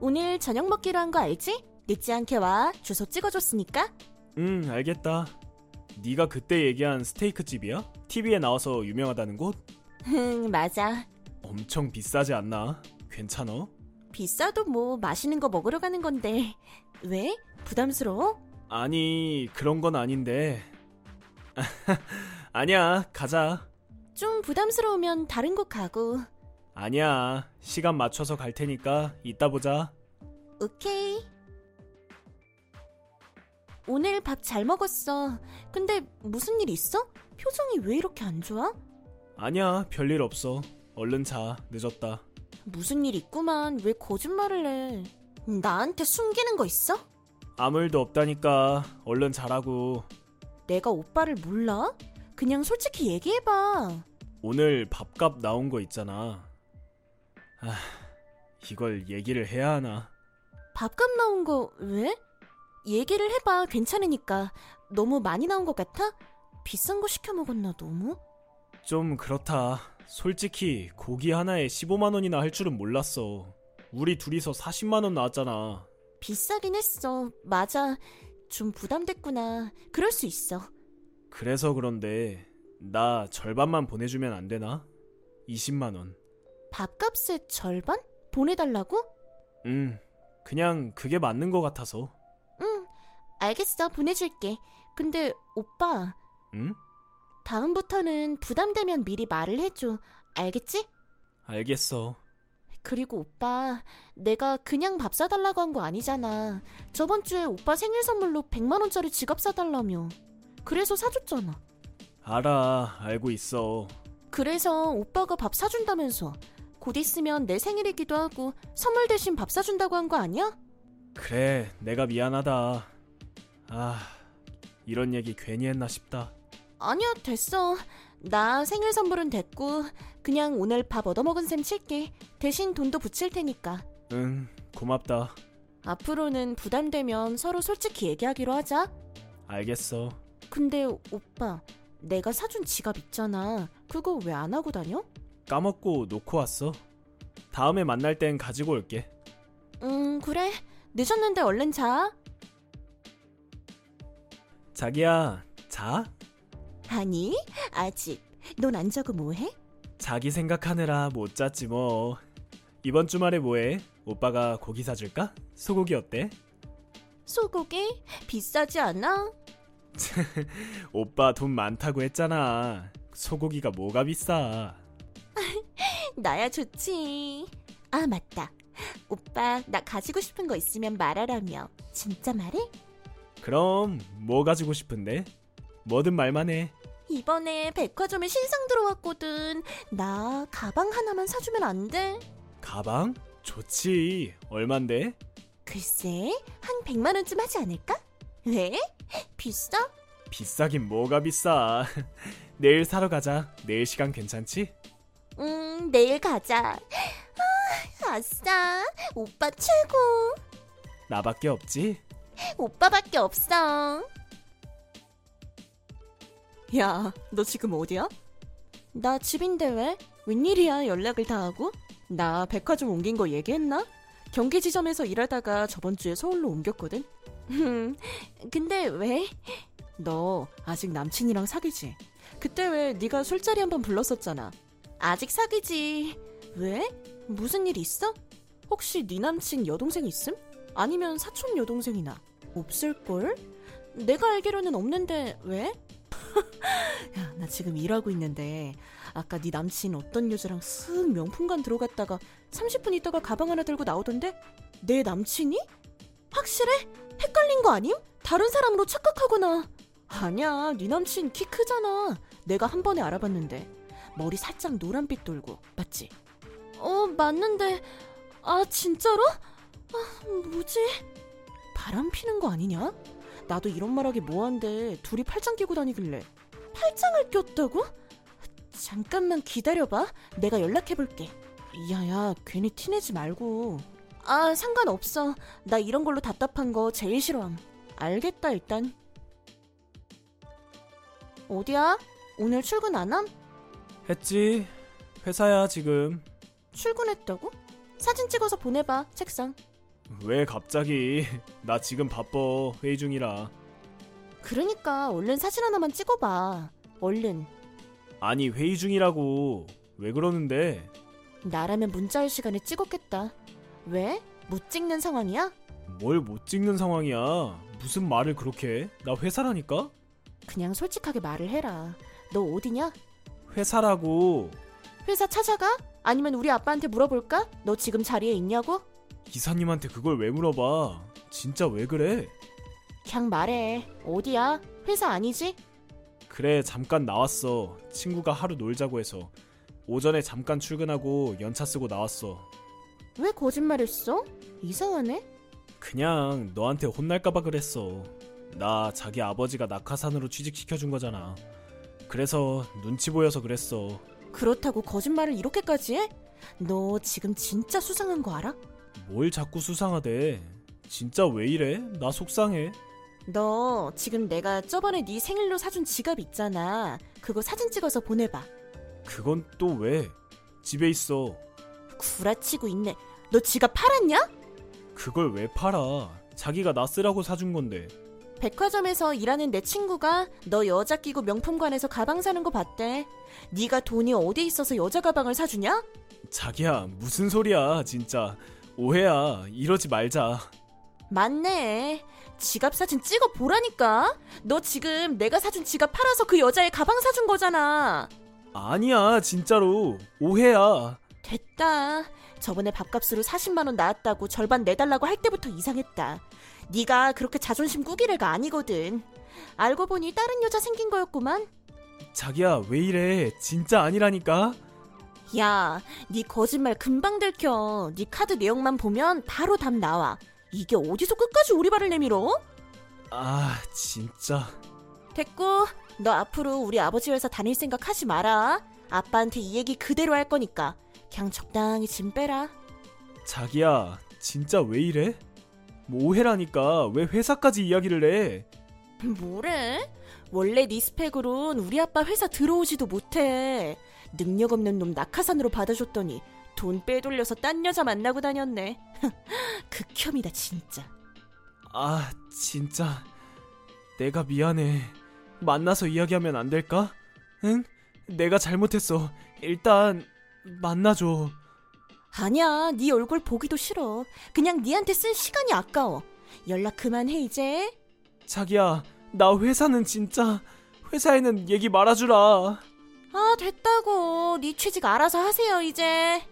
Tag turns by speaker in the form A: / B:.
A: 오늘 저녁 먹기로 한 거 알지? 늦지 않게 와. 주소 찍어줬으니까.
B: 응, 알겠다. 네가 그때 얘기한 스테이크 집이야? TV에 나와서 유명하다는 곳?
A: 응, 맞아.
B: 엄청 비싸지 않나? 괜찮아?
A: 비싸도 뭐 맛있는 거 먹으러 가는 건데. 왜? 부담스러워?
B: 아니, 그런 건 아닌데. 아니야, 가자.
A: 좀 부담스러우면 다른 곳 가고.
B: 아니야, 시간 맞춰서 갈 테니까 이따 보자.
A: 오케이. 오늘 밥 잘 먹었어. 근데 무슨 일 있어? 표정이 왜 이렇게 안 좋아?
B: 아니야, 별일 없어. 얼른 자, 늦었다.
A: 무슨 일 있구만. 왜 거짓말을 해? 나한테 숨기는 거 있어?
B: 아무 일도 없다니까, 얼른 자라고.
A: 내가 오빠를 몰라? 그냥 솔직히 얘기해봐.
B: 오늘 밥값 나온 거 있잖아. 아, 이걸 얘기를 해야 하나.
A: 밥값 나온 거 왜? 얘기를 해봐. 괜찮으니까. 너무 많이 나온 것 같아? 비싼 거 시켜 먹었나 너무?
B: 좀 그렇다. 솔직히 고기 하나에 15만 원이나 할 줄은 몰랐어. 우리 둘이서 40만 원 나왔잖아.
A: 비싸긴 했어. 맞아. 좀 부담됐구나. 그럴 수 있어.
B: 그래서 그런데 나 절반만 보내주면 안 되나? 20만 원.
A: 밥값의 절반? 보내달라고?
B: 음, 그냥 그게 맞는 것 같아서.
A: 응. 알겠어. 보내줄게. 근데 오빠,
B: 응?
A: 다음부터는 부담되면 미리 말을 해줘. 알겠지?
B: 알겠어.
A: 그리고 오빠, 내가 그냥 밥 사달라고 한 거 아니잖아. 저번 주에 오빠 생일 선물로 100만 원짜리 지갑 사달라며. 그래서 사줬잖아.
B: 알아, 알고 있어.
A: 그래서 오빠가 밥 사준다면서. 곧 있으면 내 생일이기도 하고 선물 대신 밥 사준다고 한 거 아니야?
B: 그래, 내가 미안하다. 아, 이런 얘기 괜히 했나 싶다.
A: 아니야, 됐어. 나 생일 선물은 됐고 그냥 오늘 밥 얻어먹은 셈 칠게. 대신 돈도 붙일 테니까.
B: 응, 고맙다.
A: 앞으로는 부담되면 서로 솔직히 얘기하기로 하자.
B: 알겠어.
A: 근데 오빠, 내가 사준 지갑 있잖아. 그거 왜 안 하고 다녀?
B: 까먹고 놓고 왔어. 다음에 만날 땐 가지고 올게.
A: 음, 그래. 늦었는데 얼른 자.
B: 자기야, 자?
A: 아니, 아직. 넌 안 자고 뭐해?
B: 자기 생각하느라 못 잤지 뭐. 이번 주말에 뭐해? 오빠가 고기 사줄까? 소고기 어때?
A: 소고기? 비싸지 않아?
B: 오빠 돈 많다고 했잖아. 소고기가 뭐가 비싸?
A: 나야 좋지. 아, 맞다. 오빠, 나 가지고 싶은 거 있으면 말하라며. 진짜 말해?
B: 그럼 뭐 가지고 싶은데? 뭐든 말만 해.
A: 이번에 백화점에 신상 들어왔거든. 나 가방 하나만 사주면 안 돼?
B: 가방? 좋지. 얼만데?
A: 글쎄, 한 100만 원쯤 하지 않을까? 왜? 비싸?
B: 비싸긴 뭐가 비싸. 내일 사러 가자. 내일 시간 괜찮지?
A: 음, 내일 가자. 아, 아싸. 오빠 최고.
B: 나밖에 없지?
A: 오빠밖에 없어. 야, 너 지금 어디야? 나 집인데 왜? 웬일이야, 연락을 다 하고? 나 백화점 옮긴 거 얘기했나? 경기 지점에서 일하다가 저번 주에 서울로 옮겼거든? 음, 근데 왜? 너 아직 남친이랑 사귀지? 그때 왜 네가 술자리 한번 불렀었잖아. 아직 사귀지. 왜? 무슨 일 있어? 혹시 네 남친 여동생 있음? 아니면 사촌 여동생이나 없을걸? 내가 알기로는 없는데 왜? 야, 나 지금 일하고 있는데 아까 네 남친 어떤 여자랑 쓱 명품관 들어갔다가 30분 있다가 가방 하나 들고 나오던데 내 남친이? 확실해? 헷갈린 거 아님? 다른 사람으로 착각하거나 아니야 네 남친 키 크잖아 내가 한 번에 알아봤는데 머리 살짝 노란빛 돌고 맞지? 어 맞는데 아 진짜로? 아, 뭐지? 바람 피는 거 아니냐? 나도 이런 말하기 뭐한데 둘이 팔짱 끼고 다니길래 팔짱을 꼈다고? 잠깐만 기다려봐 내가 연락해볼게 야야 괜히 티내지 말고 아 상관없어 나 이런 걸로 답답한 거 제일 싫어함 알겠다 일단 어디야? 오늘 출근 안 함?
B: 했지. 회사야 지금.
A: 출근했다고? 사진 찍어서 보내봐 책상
B: 왜 갑자기? 나 지금 바빠. 회의 중이라.
A: 그러니까 얼른 사진 하나만 찍어봐. 얼른.
B: 아니, 회의 중이라고. 왜 그러는데?
A: 나라면 문자할 시간에 찍었겠다. 왜? 못 찍는 상황이야?
B: 뭘 못 찍는 상황이야. 무슨 말을 그렇게 해? 나 회사라니까?
A: 그냥 솔직하게 말을 해라. 너 어디냐?
B: 회사라고.
A: 회사 찾아가? 아니면 우리 아빠한테 물어볼까? 너 지금 자리에 있냐고?
B: 이사님한테 그걸 왜 물어봐? 진짜 왜 그래?
A: 그냥 말해. 어디야? 회사 아니지?
B: 그래, 잠깐 나왔어. 친구가 하루 놀자고 해서. 오전에 잠깐 출근하고 연차 쓰고 나왔어.
A: 왜 거짓말했어? 이상하네.
B: 그냥 너한테 혼날까봐 그랬어. 나 자기 아버지가 낙하산으로 취직시켜준 거잖아. 그래서 눈치 보여서 그랬어.
A: 그렇다고 거짓말을 이렇게까지 해? 너 지금 진짜 수상한 거 알아?
B: 뭘 자꾸 수상하대. 진짜 왜 이래? 나 속상해.
A: 너 지금 내가 저번에 네 생일로 사준 지갑 있잖아. 그거 사진 찍어서 보내봐.
B: 그건 또 왜? 집에 있어.
A: 구라치고 있네. 너 지갑 팔았냐?
B: 그걸 왜 팔아? 자기가 나 쓰라고 사준 건데.
A: 백화점에서 일하는 내 친구가 너 여자 끼고 명품관에서 가방 사는 거 봤대. 네가 돈이 어디 있어서 여자 가방을 사주냐?
B: 자기야, 무슨 소리야, 진짜. 오해야, 이러지 말자.
A: 맞네. 지갑 사진 찍어 보라니까. 너 지금 내가 사준 지갑 팔아서 그 여자의 가방 사준 거잖아.
B: 아니야, 진짜로. 오해야.
A: 됐다. 저번에 밥값으로 40만 원 나왔다고 절반 내달라고 할 때부터 이상했다. 네가 그렇게 자존심 꾸기래가 아니거든. 알고 보니 다른 여자 생긴 거였구만.
B: 자기야, 왜 이래? 진짜 아니라니까?
A: 야, 네 거짓말 금방 들켜. 네 카드 내용만 보면 바로 답 나와. 이게 어디서 끝까지 오리발을 내밀어?
B: 아, 진짜.
A: 됐고, 너 앞으로 우리 아버지 회사 다닐 생각 하지 마라. 아빠한테 이 얘기 그대로 할 거니까. 그냥 적당히 짐 빼라.
B: 자기야, 진짜 왜 이래? 뭐 오해라니까 왜 회사까지 이야기를 해?
A: 뭐래? 원래 네 스펙으론 우리 아빠 회사 들어오지도 못해. 능력 없는 놈 낙하산으로 받아줬더니 돈 빼돌려서 딴 여자 만나고 다녔네. 극혐이다 진짜.
B: 아, 진짜. 내가 미안해. 만나서 이야기하면 안 될까? 응? 내가 잘못했어. 일단 만나줘.
A: 아니야, 네 얼굴 보기도 싫어. 그냥 네한테 쓴 시간이 아까워. 연락 그만해 이제.
B: 자기야, 나 회사는 진짜 회사에는 얘기 말아주라.
A: 아 됐다고. 네 취직 알아서 하세요 이제.